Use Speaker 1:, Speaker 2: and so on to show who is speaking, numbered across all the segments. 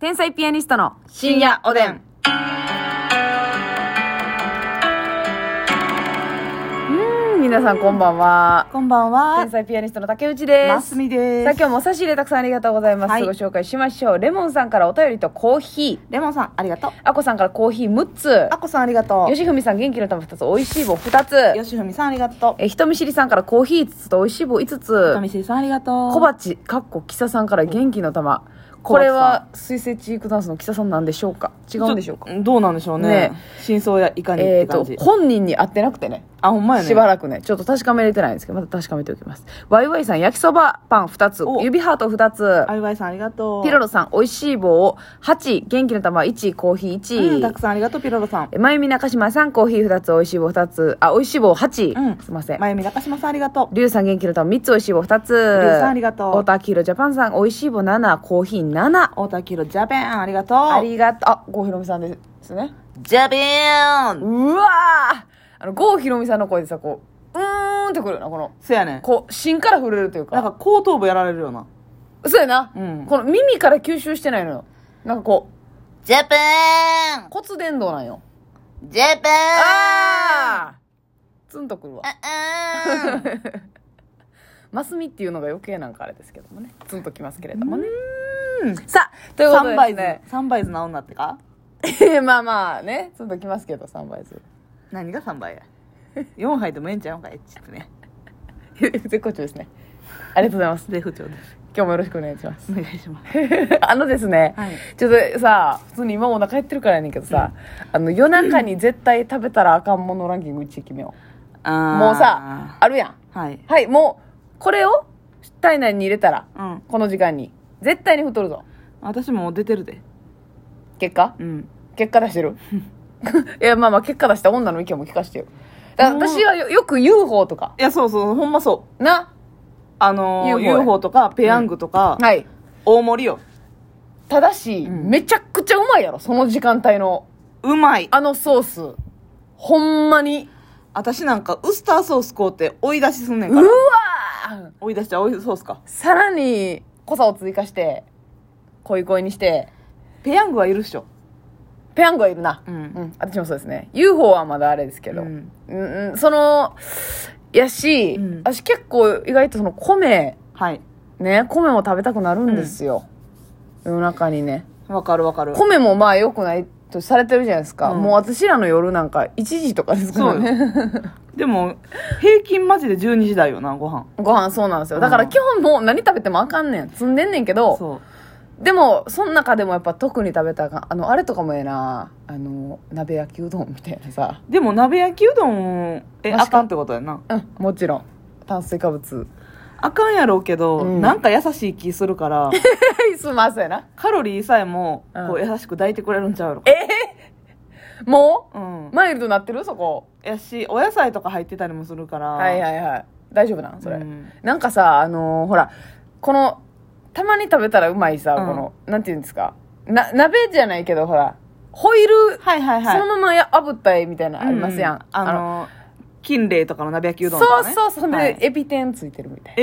Speaker 1: 天才ピアニストの
Speaker 2: 深夜おでん。
Speaker 1: うん皆さんこんばんは
Speaker 2: こんばんは
Speaker 1: 天。才ピアニストの竹内です
Speaker 2: ますみです。
Speaker 1: さあ今日もお差し入れたくさんありがとうございます、
Speaker 2: はい
Speaker 1: ご紹介しましょうレモンさんからお便りとコーヒー
Speaker 2: レモンさん、ありがとう。
Speaker 1: あこさんからコーヒー6つ
Speaker 2: あこさん、ありがとう。
Speaker 1: よしふみさん元気の玉2つおいしい棒2つ
Speaker 2: よしふみさん、ありがとう。
Speaker 1: え人見知りさんからコーヒー5つとおいしい棒5
Speaker 2: とみ
Speaker 1: つ
Speaker 2: しりさん、ありがとう。
Speaker 1: 小鉢かっこキサさんから元気の玉これは水星チークダンスのキサさんなんでしょうか違
Speaker 2: ちょ、
Speaker 1: うんでしょうか
Speaker 2: どうなんでしょうね。
Speaker 1: ね
Speaker 2: 真相やいかにっ
Speaker 1: えっ、
Speaker 2: て
Speaker 1: と
Speaker 2: 感じ。
Speaker 1: 本人に会ってなくてね
Speaker 2: あ、ほんまやね。
Speaker 1: しばらくね、ちょっと確かめれてないんですけど、また確かめておきます。ワイワイさん、焼きそばパン2つ、
Speaker 2: お
Speaker 1: 指ハート2つ、
Speaker 2: あゆばいさん、ありがとう。
Speaker 1: ピロロさん、美味しい棒を8、元気の玉1、コーヒー
Speaker 2: うん、たく
Speaker 1: 1、
Speaker 2: さんありがとう、ピロロさん。
Speaker 1: えまゆみ中島さん、コーヒー2つ、美味しい棒2つ、あ、美味しい棒8、
Speaker 2: うん
Speaker 1: すいません。
Speaker 2: まゆみ中島さん、ありがとう。
Speaker 1: りゅうさん元気の玉3つ美味しい棒2つ。り
Speaker 2: ゅうさんありがとう
Speaker 1: 太田明宏ジャパンさん美味しい棒7、コーヒー7。
Speaker 2: 太田きろ、ジャベーン、ありがとう。
Speaker 1: ありがとう。あ、郷ひろみさんですね。
Speaker 2: ジャベーン。
Speaker 1: うわーあの、郷ひろみさんの声でさ、こう、うーんってくるよな、この、
Speaker 2: そやね。
Speaker 1: こう、芯から震えるという
Speaker 2: なんか、後頭部やられるよな。
Speaker 1: そうやな、
Speaker 2: うん
Speaker 1: この耳から吸収してないのよなんかこ
Speaker 2: ジャベー
Speaker 1: う骨伝導なんよ
Speaker 2: ンジャベーン
Speaker 1: ああツンとくるわ
Speaker 2: あ
Speaker 1: マスミっていうのが余計なんかあれですけどもねツンときますけれどもね
Speaker 2: うん。
Speaker 1: さあということ
Speaker 2: 三
Speaker 1: で
Speaker 2: 倍
Speaker 1: で
Speaker 2: 図、三倍図な女ってか
Speaker 1: すね まあまあねツンときますけど3倍ず
Speaker 2: 何が3倍や4杯でもええんちゃうんかいちょっとね
Speaker 1: 絶好調ですねありがとうございます
Speaker 2: 税不調です
Speaker 1: 今日もよろしくお願いします
Speaker 2: お願いします
Speaker 1: あのですね、
Speaker 2: はい
Speaker 1: ちょっとさ普通に今お腹減ってるからやねんけどさ、あの夜中に絶対食べたらあかんものランキング1位決めよ
Speaker 2: あ
Speaker 1: う
Speaker 2: ー
Speaker 1: もうさあるやん
Speaker 2: はい
Speaker 1: はい、もう、これを体内に入れたら、
Speaker 2: うん
Speaker 1: この時間に、絶対に太るぞ。
Speaker 2: 私もう出てるで
Speaker 1: 結果
Speaker 2: うん
Speaker 1: 結果出してる いや、まあまあ、結果出した女の意見も聞かしてよ。だ
Speaker 2: うん
Speaker 1: 私はよよく UFO とか、
Speaker 2: いやそうそうほんまそう
Speaker 1: な、
Speaker 2: あのー、
Speaker 1: UFO や
Speaker 2: UFO, とかペヤングとか、
Speaker 1: はい。
Speaker 2: 大盛りよ
Speaker 1: ただし、
Speaker 2: うん
Speaker 1: めちゃくちゃうまいやろ、その時間帯の。
Speaker 2: うまい
Speaker 1: あのソース。ほんまに。
Speaker 2: 私なんかウスターソース買うて追い出しすんねん
Speaker 1: う
Speaker 2: か
Speaker 1: わ
Speaker 2: ら
Speaker 1: ー
Speaker 2: 追い出しちゃう追い出しソースか
Speaker 1: さらに、濃さを追加して、恋恋にして、
Speaker 2: ペヤングは許っしょ
Speaker 1: ペヤングはいるな。
Speaker 2: うん
Speaker 1: うん、私もそうですね。UFO はまだあれですけど。
Speaker 2: うん
Speaker 1: うんうん、その、やし、
Speaker 2: うん
Speaker 1: 私結構意外とその米、
Speaker 2: はい
Speaker 1: ね、米も食べたくなるんですよ。夜中にね。
Speaker 2: わかるわかる
Speaker 1: 米もまあ良くないとされてるじゃないですか。
Speaker 2: うん
Speaker 1: もう私らの夜なんか1時とかですからね。
Speaker 2: でも平均マジで12時台よなご飯
Speaker 1: ご飯そうなんですよ。だから
Speaker 2: うん
Speaker 1: 基本もう何食べてもあかんねん。積んでんねんけど、
Speaker 2: そう
Speaker 1: でも、その中でもやっぱ特に食べたらあかんあの、あれとかもええな。あの、鍋焼きうどんみたいなさ。
Speaker 2: でも鍋焼きうどん
Speaker 1: マ
Speaker 2: え
Speaker 1: ジか
Speaker 2: あかんってことやな
Speaker 1: うん、もちろん。炭水化物。
Speaker 2: あかんやろうけど、
Speaker 1: うん
Speaker 2: なんか優しい気するから
Speaker 1: すいませんな。
Speaker 2: カロリーさえも
Speaker 1: うん
Speaker 2: こう優しく抱いてくれるんちゃうやろ
Speaker 1: えーも
Speaker 2: う
Speaker 1: うんマイルドなってるそこ。
Speaker 2: やしお野菜とか入ってたりもするから
Speaker 1: はいはいはい。大丈夫なんそれ、
Speaker 2: うん
Speaker 1: なんかさ、あのーほら、この、たまに食べたらうまいさ、
Speaker 2: うん
Speaker 1: この、なんていうんですか。な、鍋じゃないけど、ほら、ホイル、
Speaker 2: はいはいはい
Speaker 1: そのままや炙った絵みたいなのありますやん。
Speaker 2: うあの金麗とかの鍋焼きう
Speaker 1: そ
Speaker 2: どんとか、
Speaker 1: う
Speaker 2: ね、
Speaker 1: そうそう。で、
Speaker 2: はい
Speaker 1: エビ天ついてるみたい
Speaker 2: え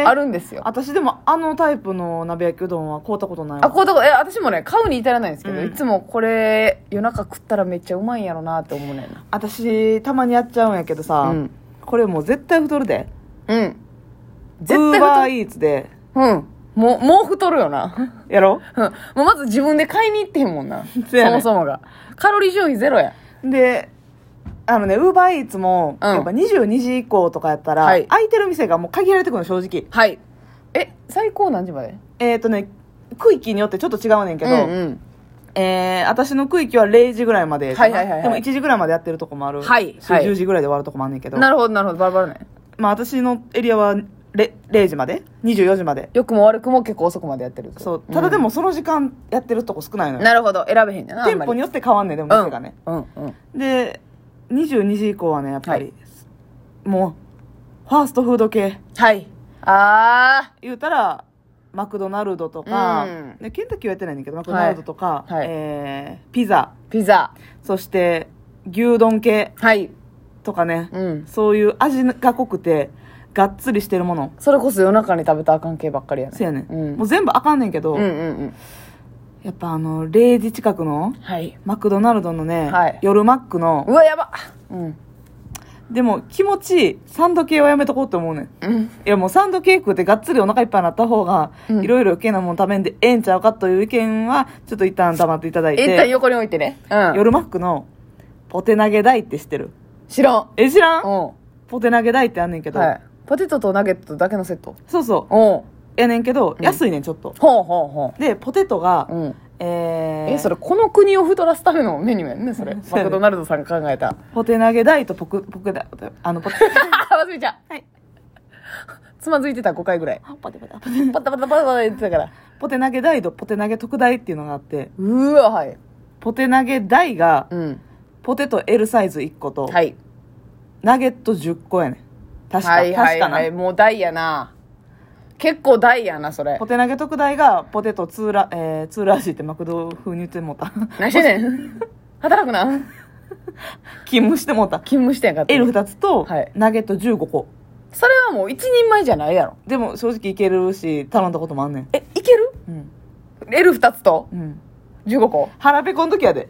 Speaker 2: え
Speaker 1: な。あるんですよ。
Speaker 2: 私でもあのタイプの鍋焼きうどんは買うたことないわ
Speaker 1: あ、こういうとこ、え、私もね、買うに至らないんですけど、
Speaker 2: うん
Speaker 1: いつもこれ、夜中食ったらめっちゃうまいんやろなって思うねんな。
Speaker 2: 私たまにやっちゃうんやけどさ、
Speaker 1: うん
Speaker 2: これもう絶対太るで
Speaker 1: うん。
Speaker 2: ウ
Speaker 1: 絶
Speaker 2: ーバ
Speaker 1: 対
Speaker 2: ー
Speaker 1: 太る。
Speaker 2: イーツで
Speaker 1: うん。もう、もう太るよな。
Speaker 2: やろ
Speaker 1: うんもうまず自分で買いに行ってへんもんな。
Speaker 2: そうや
Speaker 1: そ
Speaker 2: ね
Speaker 1: もそもが。カロリー消費ゼロや。
Speaker 2: であのねウーバーイーツも、
Speaker 1: うん
Speaker 2: やっぱ22時以降とかやったら、
Speaker 1: はい
Speaker 2: 空いてる店がもう限られてくるの正直
Speaker 1: はい。え、最高何時まで
Speaker 2: えっ、とね区域によってちょっと違うねんけど、
Speaker 1: うん
Speaker 2: えー私の区域は0時ぐらいまでかな
Speaker 1: はいはいはいはい
Speaker 2: でも1時ぐらいまでやってるとこもある
Speaker 1: はい
Speaker 2: し
Speaker 1: はい
Speaker 2: 10時ぐらいで終わるとこもあんねんけ
Speaker 1: う
Speaker 2: ど、
Speaker 1: ん。なるほど、なるほど。バラバラね。
Speaker 2: まあ、私のエリアは 0, 0時まで24時まで
Speaker 1: 良くも悪くも結構遅くまでやってる。
Speaker 2: そうただでもその時間やってるとこ少ないの
Speaker 1: うん。
Speaker 2: よ、
Speaker 1: なるほど。選べへんねんな。
Speaker 2: 店舗に
Speaker 1: よ
Speaker 2: よって変わんねんでも店がね、。
Speaker 1: うん。うん。うん
Speaker 2: で22時以降はねやっぱり、
Speaker 1: はい
Speaker 2: もうファーストフード系
Speaker 1: はい。あ
Speaker 2: 言うたらマクドナルドとか、
Speaker 1: うん
Speaker 2: でケンタッキーはやってないねんだけどマクドナルドとか、
Speaker 1: はいはい
Speaker 2: えーピザ
Speaker 1: ー。ピザ。
Speaker 2: そして牛丼系
Speaker 1: はい。
Speaker 2: とかね、
Speaker 1: うん。
Speaker 2: そういう味が濃くてがっつりしてるもの
Speaker 1: それこそ夜中に食べたらあかん系ばっかりやね。
Speaker 2: せやねん、
Speaker 1: うん
Speaker 2: もう全部あかんねんけど、
Speaker 1: うんうんうん。
Speaker 2: やっぱあの、0時近くの、
Speaker 1: はい
Speaker 2: マクドナルドのね、
Speaker 1: はい
Speaker 2: 夜マック
Speaker 1: う
Speaker 2: の、
Speaker 1: わやばうん
Speaker 2: でも気持ちいい、サンド系はやめとこうと思うねん。
Speaker 1: うん
Speaker 2: いやもうサンドケークでがっつりお腹いっぱいになった方が、
Speaker 1: うん
Speaker 2: いろいろ余計なもん食べんでええんちゃうかという意見は、ちょっと一旦黙っていただい
Speaker 1: 一旦
Speaker 2: て、
Speaker 1: 横に置いてねうん
Speaker 2: 夜マックのポテ投げ台って知ってる
Speaker 1: 知らん
Speaker 2: え、知らん
Speaker 1: うん
Speaker 2: ポテ投げ台ってあんねんけど、
Speaker 1: はいポテトとナゲットだけのセット
Speaker 2: そうそう、
Speaker 1: うん
Speaker 2: やねんけど、
Speaker 1: ん
Speaker 2: 安いねんちょっと。
Speaker 1: ほうほうほ
Speaker 2: で、ポテトが、
Speaker 1: ううん
Speaker 2: えー
Speaker 1: えそれこの国を太らすためのメニューやんねそれ
Speaker 2: そうや
Speaker 1: マ
Speaker 2: ね
Speaker 1: クドナルドさんが考えた
Speaker 2: ポテ投げ台とポク、ポクだ、あの、ポテ、
Speaker 1: あまずみちゃん
Speaker 2: はい
Speaker 1: つまずいてた5回ぐらい
Speaker 2: ポテポテ
Speaker 1: パタパタパタパタ言ってたから
Speaker 2: ポテ投げ台とポテ投げ特大っていうのがあって、
Speaker 1: うーわはい
Speaker 2: ポテ投げ台が、
Speaker 1: うん
Speaker 2: ポテト L サイズ1個と、
Speaker 1: はい
Speaker 2: ナゲット10個やねん。確か、
Speaker 1: はいはい
Speaker 2: 確かな。
Speaker 1: はいもう大やな結構大やなそれ
Speaker 2: ポテ投げ特大がポテトツーラ、えー、ツーラージってマクド風に言ってもう た。
Speaker 1: 何してんねん働くな
Speaker 2: 勤務してもうた。
Speaker 1: 勤務してんかった。
Speaker 2: L2 つと、
Speaker 1: はい
Speaker 2: ナゲット15個。
Speaker 1: それはもう一人前じゃないやろ
Speaker 2: でも正直いけるし、頼んだこともあんねん。
Speaker 1: えいける
Speaker 2: うん。
Speaker 1: L2 つと
Speaker 2: うん。
Speaker 1: 15個
Speaker 2: 腹ペコの時やで。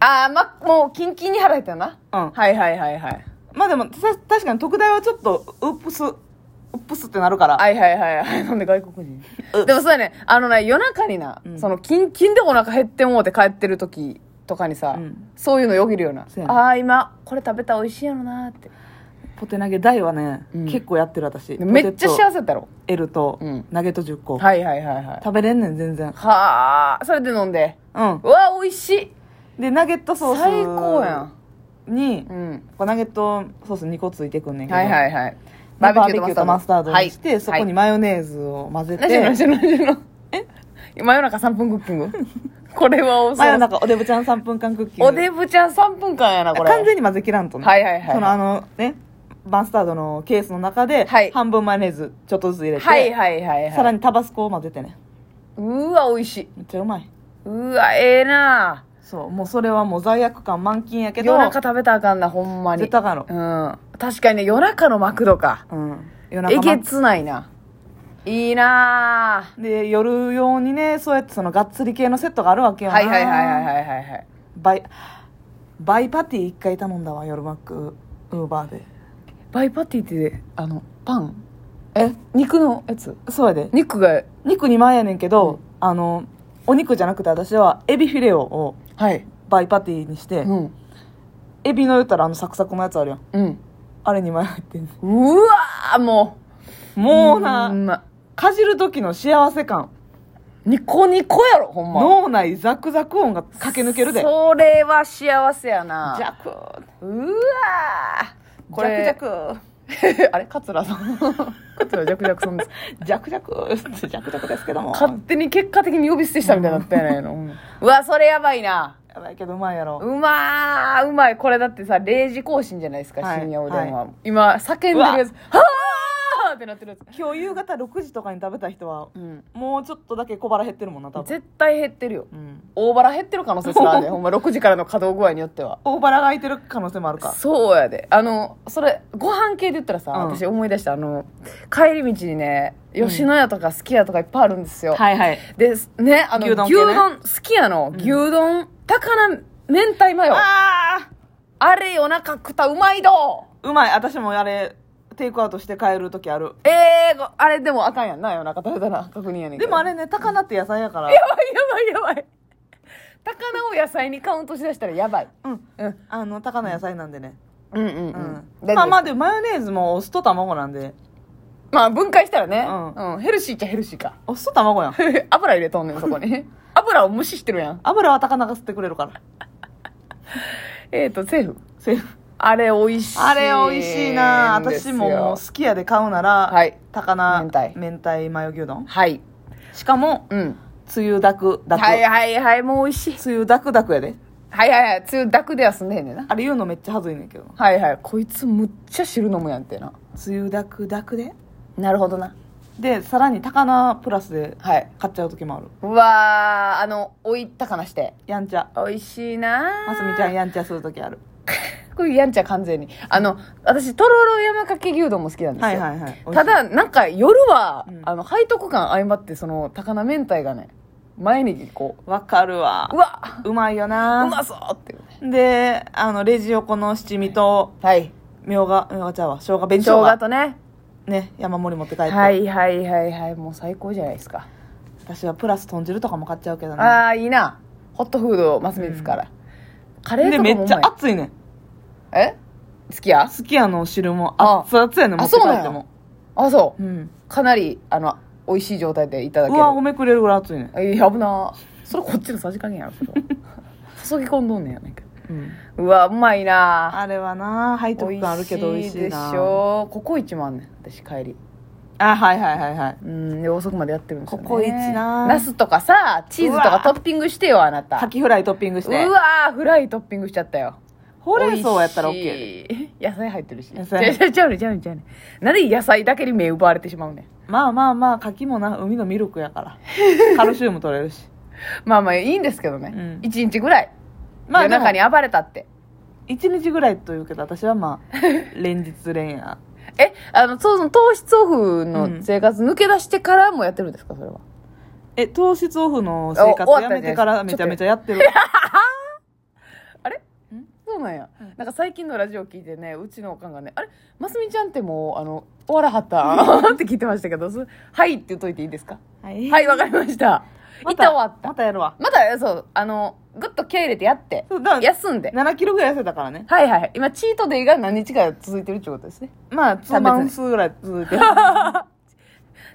Speaker 1: ああまもうキンキンに腹減ったな
Speaker 2: うん。
Speaker 1: はいはいはいはい
Speaker 2: まあでも、た確かに特大はちょっと、ウップス、ウップスってなるから。
Speaker 1: はいはいはいはい なんで外国
Speaker 2: う
Speaker 1: 人でもそうやねあのね夜中にな、
Speaker 2: うん
Speaker 1: そのキンキンでお腹減ってもうて帰ってる時とかにさ、
Speaker 2: うん
Speaker 1: そういうのよぎるような
Speaker 2: そうやね
Speaker 1: ああ今これ食べたら美味しいやろなーって
Speaker 2: ポテ投げ大はね、
Speaker 1: うん
Speaker 2: 結構やってる私。
Speaker 1: でめっちゃ幸
Speaker 2: せ。
Speaker 1: せだったろ
Speaker 2: L と、
Speaker 1: うん
Speaker 2: ナゲット10個。
Speaker 1: はいはいはいはい
Speaker 2: 食べれんねん、全然。
Speaker 1: はあそれで飲んで
Speaker 2: うん
Speaker 1: う。わ美味しい
Speaker 2: で、ナゲットソース。
Speaker 1: 最高やん。
Speaker 2: に、
Speaker 1: うん
Speaker 2: こうナゲットソース2個ついてくんねんけど。
Speaker 1: はいはいはい
Speaker 2: バーベキューとマスタードにして、
Speaker 1: はい
Speaker 2: そこにマヨネーズを混ぜて、
Speaker 1: なしのなしのなしの。え真夜中3分クッキン グこれは遅
Speaker 2: 真夜
Speaker 1: い。
Speaker 2: 中おでぶちゃん3分間クッキング
Speaker 1: おでぶちゃん3分間やな、これ。
Speaker 2: 完全に混ぜきらんとね、
Speaker 1: はいはいはい
Speaker 2: そのあのねマスタードのケースの中で、
Speaker 1: はい
Speaker 2: 半分マヨネーズちょっとずつ入れて、
Speaker 1: はいはいはいはい。
Speaker 2: さらにタバスコを混ぜてね
Speaker 1: うわ、美味しい。
Speaker 2: めっちゃうまいう
Speaker 1: わ、ええな
Speaker 2: そうもうそれはもう罪悪感満禁やけど
Speaker 1: 夜中食べたらあかんな、ほんまに。
Speaker 2: 絶対あかんや
Speaker 1: うん。確かにね、夜中のマクドか。
Speaker 2: ろうん夜
Speaker 1: え
Speaker 2: 中
Speaker 1: げ
Speaker 2: 満
Speaker 1: つないな。いいな
Speaker 2: で夜用にねそうやってそのがっつり系のセットがあるわけよな
Speaker 1: はいはいはいはいはいはいはい。
Speaker 2: バイバイパティ1回頼んだわ夜マックウーバーで
Speaker 1: バイパティって、あの、パンえ、肉のやつ
Speaker 2: そうやで
Speaker 1: 肉が、
Speaker 2: 肉2枚やねんけど、あのお肉じゃなくて私はエビフィレオを
Speaker 1: はい。
Speaker 2: バイパティにして、
Speaker 1: うん。
Speaker 2: エビの言ったらあのサクサクのやつあるやん
Speaker 1: うん。
Speaker 2: あれ2枚入ってんね
Speaker 1: うわーも
Speaker 2: ん
Speaker 1: う
Speaker 2: もうな、
Speaker 1: んま
Speaker 2: かじる時の幸せ感、
Speaker 1: ニコニコやろほんま
Speaker 2: 脳内ザクザク音が駆け抜けるでジ
Speaker 1: それは幸せやな
Speaker 2: ャクー
Speaker 1: うわーこ
Speaker 2: これ
Speaker 1: れ
Speaker 2: ジャクジャク
Speaker 1: あれ桂さん 桂ジャクジャクさん です
Speaker 2: ジャクジャクージャクジャクですけども
Speaker 1: 勝手に結果的に呼び捨てしたみたいになったやないの、うん うわそれやばいな
Speaker 2: やばいけどうまいやろ
Speaker 1: うまーうまいこれだってさ0時更新じゃないですか、
Speaker 2: はい
Speaker 1: 深夜おでんは、今叫んでるやつはあってなってるやつ
Speaker 2: 今日夕方6時とかに食べた人は、
Speaker 1: うん
Speaker 2: もうちょっとだけ小腹減ってるもんな多分、
Speaker 1: 絶対減ってるよ
Speaker 2: うん、
Speaker 1: 大腹減ってる可能性すらあ るねほんま6時からの稼働具合によっては
Speaker 2: 大腹が空いてる可能性もあるか
Speaker 1: そうやであのそれご飯系で言ったらさ、
Speaker 2: うん
Speaker 1: 私思い出したあの帰り道にね吉野家とかすき家とかいっぱいあるんですよ、
Speaker 2: はいはい
Speaker 1: でねあの
Speaker 2: 牛
Speaker 1: 牛
Speaker 2: 丼
Speaker 1: 丼,、
Speaker 2: 系ね
Speaker 1: すき家の牛丼、高菜明太マヨあ
Speaker 2: ああ
Speaker 1: れ夜中食ったうまいど
Speaker 2: うまい私もあれテイクアウトして帰る時ある
Speaker 1: ええごあれでもあかんやんな夜中食べたら確認やねんけ
Speaker 2: で
Speaker 1: ど
Speaker 2: もあれね高菜って野菜やから
Speaker 1: やばいやばいやばい高菜を野菜にカウントしだしたらやばい
Speaker 2: うん
Speaker 1: うん
Speaker 2: あの高菜野菜なんでね
Speaker 1: うんうん
Speaker 2: うん、
Speaker 1: うん
Speaker 2: まあまあ
Speaker 1: あ
Speaker 2: でもマヨネーズもお酢と卵なんで
Speaker 1: まあ分解したらね、
Speaker 2: う
Speaker 1: うん、ヘルシーっちゃヘルシーか
Speaker 2: お酢と卵やん
Speaker 1: 油入れとんねんそこ に油を無視してるやん
Speaker 2: 油は高菜が吸ってくれるから
Speaker 1: えっ、ー、とセーフ
Speaker 2: セーフ
Speaker 1: あれ美味しい
Speaker 2: あれ美味しいな私ももう
Speaker 1: う
Speaker 2: 好きやで買うなら、
Speaker 1: はい
Speaker 2: 高菜
Speaker 1: 明太
Speaker 2: 明太マヨ牛丼
Speaker 1: はい
Speaker 2: しかも
Speaker 1: うん
Speaker 2: つゆだくだく、
Speaker 1: はいはいはいもう美味しい
Speaker 2: つゆだくだくやで
Speaker 1: はいはいはいつゆだくでは済んでへんねんな
Speaker 2: あれ言うのめっちゃはずいねんけど
Speaker 1: はいはいこいつむっちゃ汁飲むやんってな
Speaker 2: つゆだくだくで
Speaker 1: なるほどな
Speaker 2: でさらに高菜プラスで
Speaker 1: はい
Speaker 2: 買っちゃう時もある
Speaker 1: うわーあのおいったかなして
Speaker 2: やんちゃ
Speaker 1: 美味しいな
Speaker 2: ますみちゃんやんちゃするときある。
Speaker 1: これやんちゃ完全にあの私とろろ山かけ牛丼も好きなんですよ、
Speaker 2: はいはいはい
Speaker 1: ただなんか夜は、
Speaker 2: うん
Speaker 1: あの背徳感相まってその高菜明太がね毎日こ
Speaker 2: わかるわ
Speaker 1: ううわ
Speaker 2: うまいよ
Speaker 1: う
Speaker 2: な
Speaker 1: まそうっていうね
Speaker 2: であのレジ横の七味と
Speaker 1: はい
Speaker 2: みょうがみょうがちゃうわ生姜紅
Speaker 1: 生
Speaker 2: しょう
Speaker 1: 姜
Speaker 2: が
Speaker 1: とね
Speaker 2: ね山盛り持って帰って、
Speaker 1: はいはいはいはいもう最高じゃないですか
Speaker 2: 私はプラス豚汁とかも買っちゃうけどね
Speaker 1: ああいいなホットフードマス目ですから、カレーと
Speaker 2: で
Speaker 1: か
Speaker 2: め
Speaker 1: も
Speaker 2: っ
Speaker 1: う
Speaker 2: ちゃ
Speaker 1: まい
Speaker 2: 熱いねん
Speaker 1: え好きや
Speaker 2: 好きやの汁も
Speaker 1: あ
Speaker 2: 熱々やねん持
Speaker 1: あ
Speaker 2: って
Speaker 1: そう
Speaker 2: 帰
Speaker 1: なんや
Speaker 2: っても
Speaker 1: あそう
Speaker 2: うん
Speaker 1: かなりあの美味しい状態でいただ
Speaker 2: う
Speaker 1: け
Speaker 2: わ褒
Speaker 1: る
Speaker 2: めくれるぐらい熱いねん、
Speaker 1: えやぶなそれこっちのさじ加減やろそれは 注ぎ込んどんねんやねんけど
Speaker 2: うん
Speaker 1: うわうまいな
Speaker 2: あれはな背
Speaker 1: 美
Speaker 2: 徳
Speaker 1: 味
Speaker 2: 感あるけど美味
Speaker 1: し
Speaker 2: し
Speaker 1: い
Speaker 2: い
Speaker 1: でし
Speaker 2: な
Speaker 1: ょココイチもあんねん私帰り
Speaker 2: あはいはいはいはい
Speaker 1: うんで遅くまでやってるんですよ、ね、
Speaker 2: ココイチな
Speaker 1: ナスとかさチーズと
Speaker 2: うわ
Speaker 1: かトッピングしてよあなた
Speaker 2: カキフライトッピングして
Speaker 1: うわーフライトッピングしちゃったよ
Speaker 2: ほうれん草やったら OK で
Speaker 1: ー野菜入ってるし
Speaker 2: 野菜
Speaker 1: ちゃうちゃうねちゃうねちゃうねなんで野菜だけに目奪われてしまうねん
Speaker 2: まあまあまあ柿もな海のミルクやから カルシウム取れるし
Speaker 1: まあまあいいんですけどね、
Speaker 2: うん
Speaker 1: 一1日ぐらい、
Speaker 2: まあ
Speaker 1: 夜
Speaker 2: でも
Speaker 1: 中に暴れたって
Speaker 2: 1日ぐらいというけど私はま あ連日連夜
Speaker 1: えあのそうその糖質オフ
Speaker 2: う
Speaker 1: の
Speaker 2: ん
Speaker 1: 生活抜け出してからもやってるんですかそれは
Speaker 2: え糖質オフの生
Speaker 1: お終
Speaker 2: 活
Speaker 1: わ
Speaker 2: や
Speaker 1: ったんじゃ
Speaker 2: め
Speaker 1: ない
Speaker 2: てからめちゃめちゃやってる
Speaker 1: そうなんや、なんか最近のラジオ聞いてねうちのおかんがね「あれますみちゃんってもうあの終わらは ったん? 」って聞いてましたけどそ「はい」って言っといていいですか
Speaker 2: はい
Speaker 1: はいわかりました
Speaker 2: ま
Speaker 1: 一旦終わった
Speaker 2: またやるわ
Speaker 1: またそうあのグッと気合入れてやって
Speaker 2: そうだから
Speaker 1: 休んで
Speaker 2: 7キロぐらい痩せたからね
Speaker 1: はいはいはい今チートデイが何日か続いてるってことですね
Speaker 2: まあ2マンスぐらい続いてる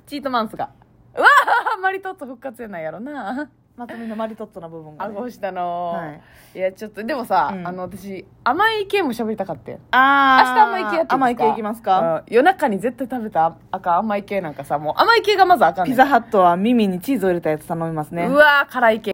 Speaker 1: チートマンスがうわあマリトッツォ復活やないやろな
Speaker 2: まとみのマリトッツォの部分が、ね
Speaker 1: 顎下の、
Speaker 2: はい
Speaker 1: い、やちょっとでもさ、
Speaker 2: うん
Speaker 1: あの私甘い系も喋りたかったよ明日
Speaker 2: あー
Speaker 1: 甘い系やっていいですか
Speaker 2: 甘い系いきますか、
Speaker 1: うん夜中に絶対食べた赤甘い系なんかさもう甘い系がまずあかんねん
Speaker 2: ピザハットは耳にチーズを入れたやつ頼みますね
Speaker 1: うわー辛い系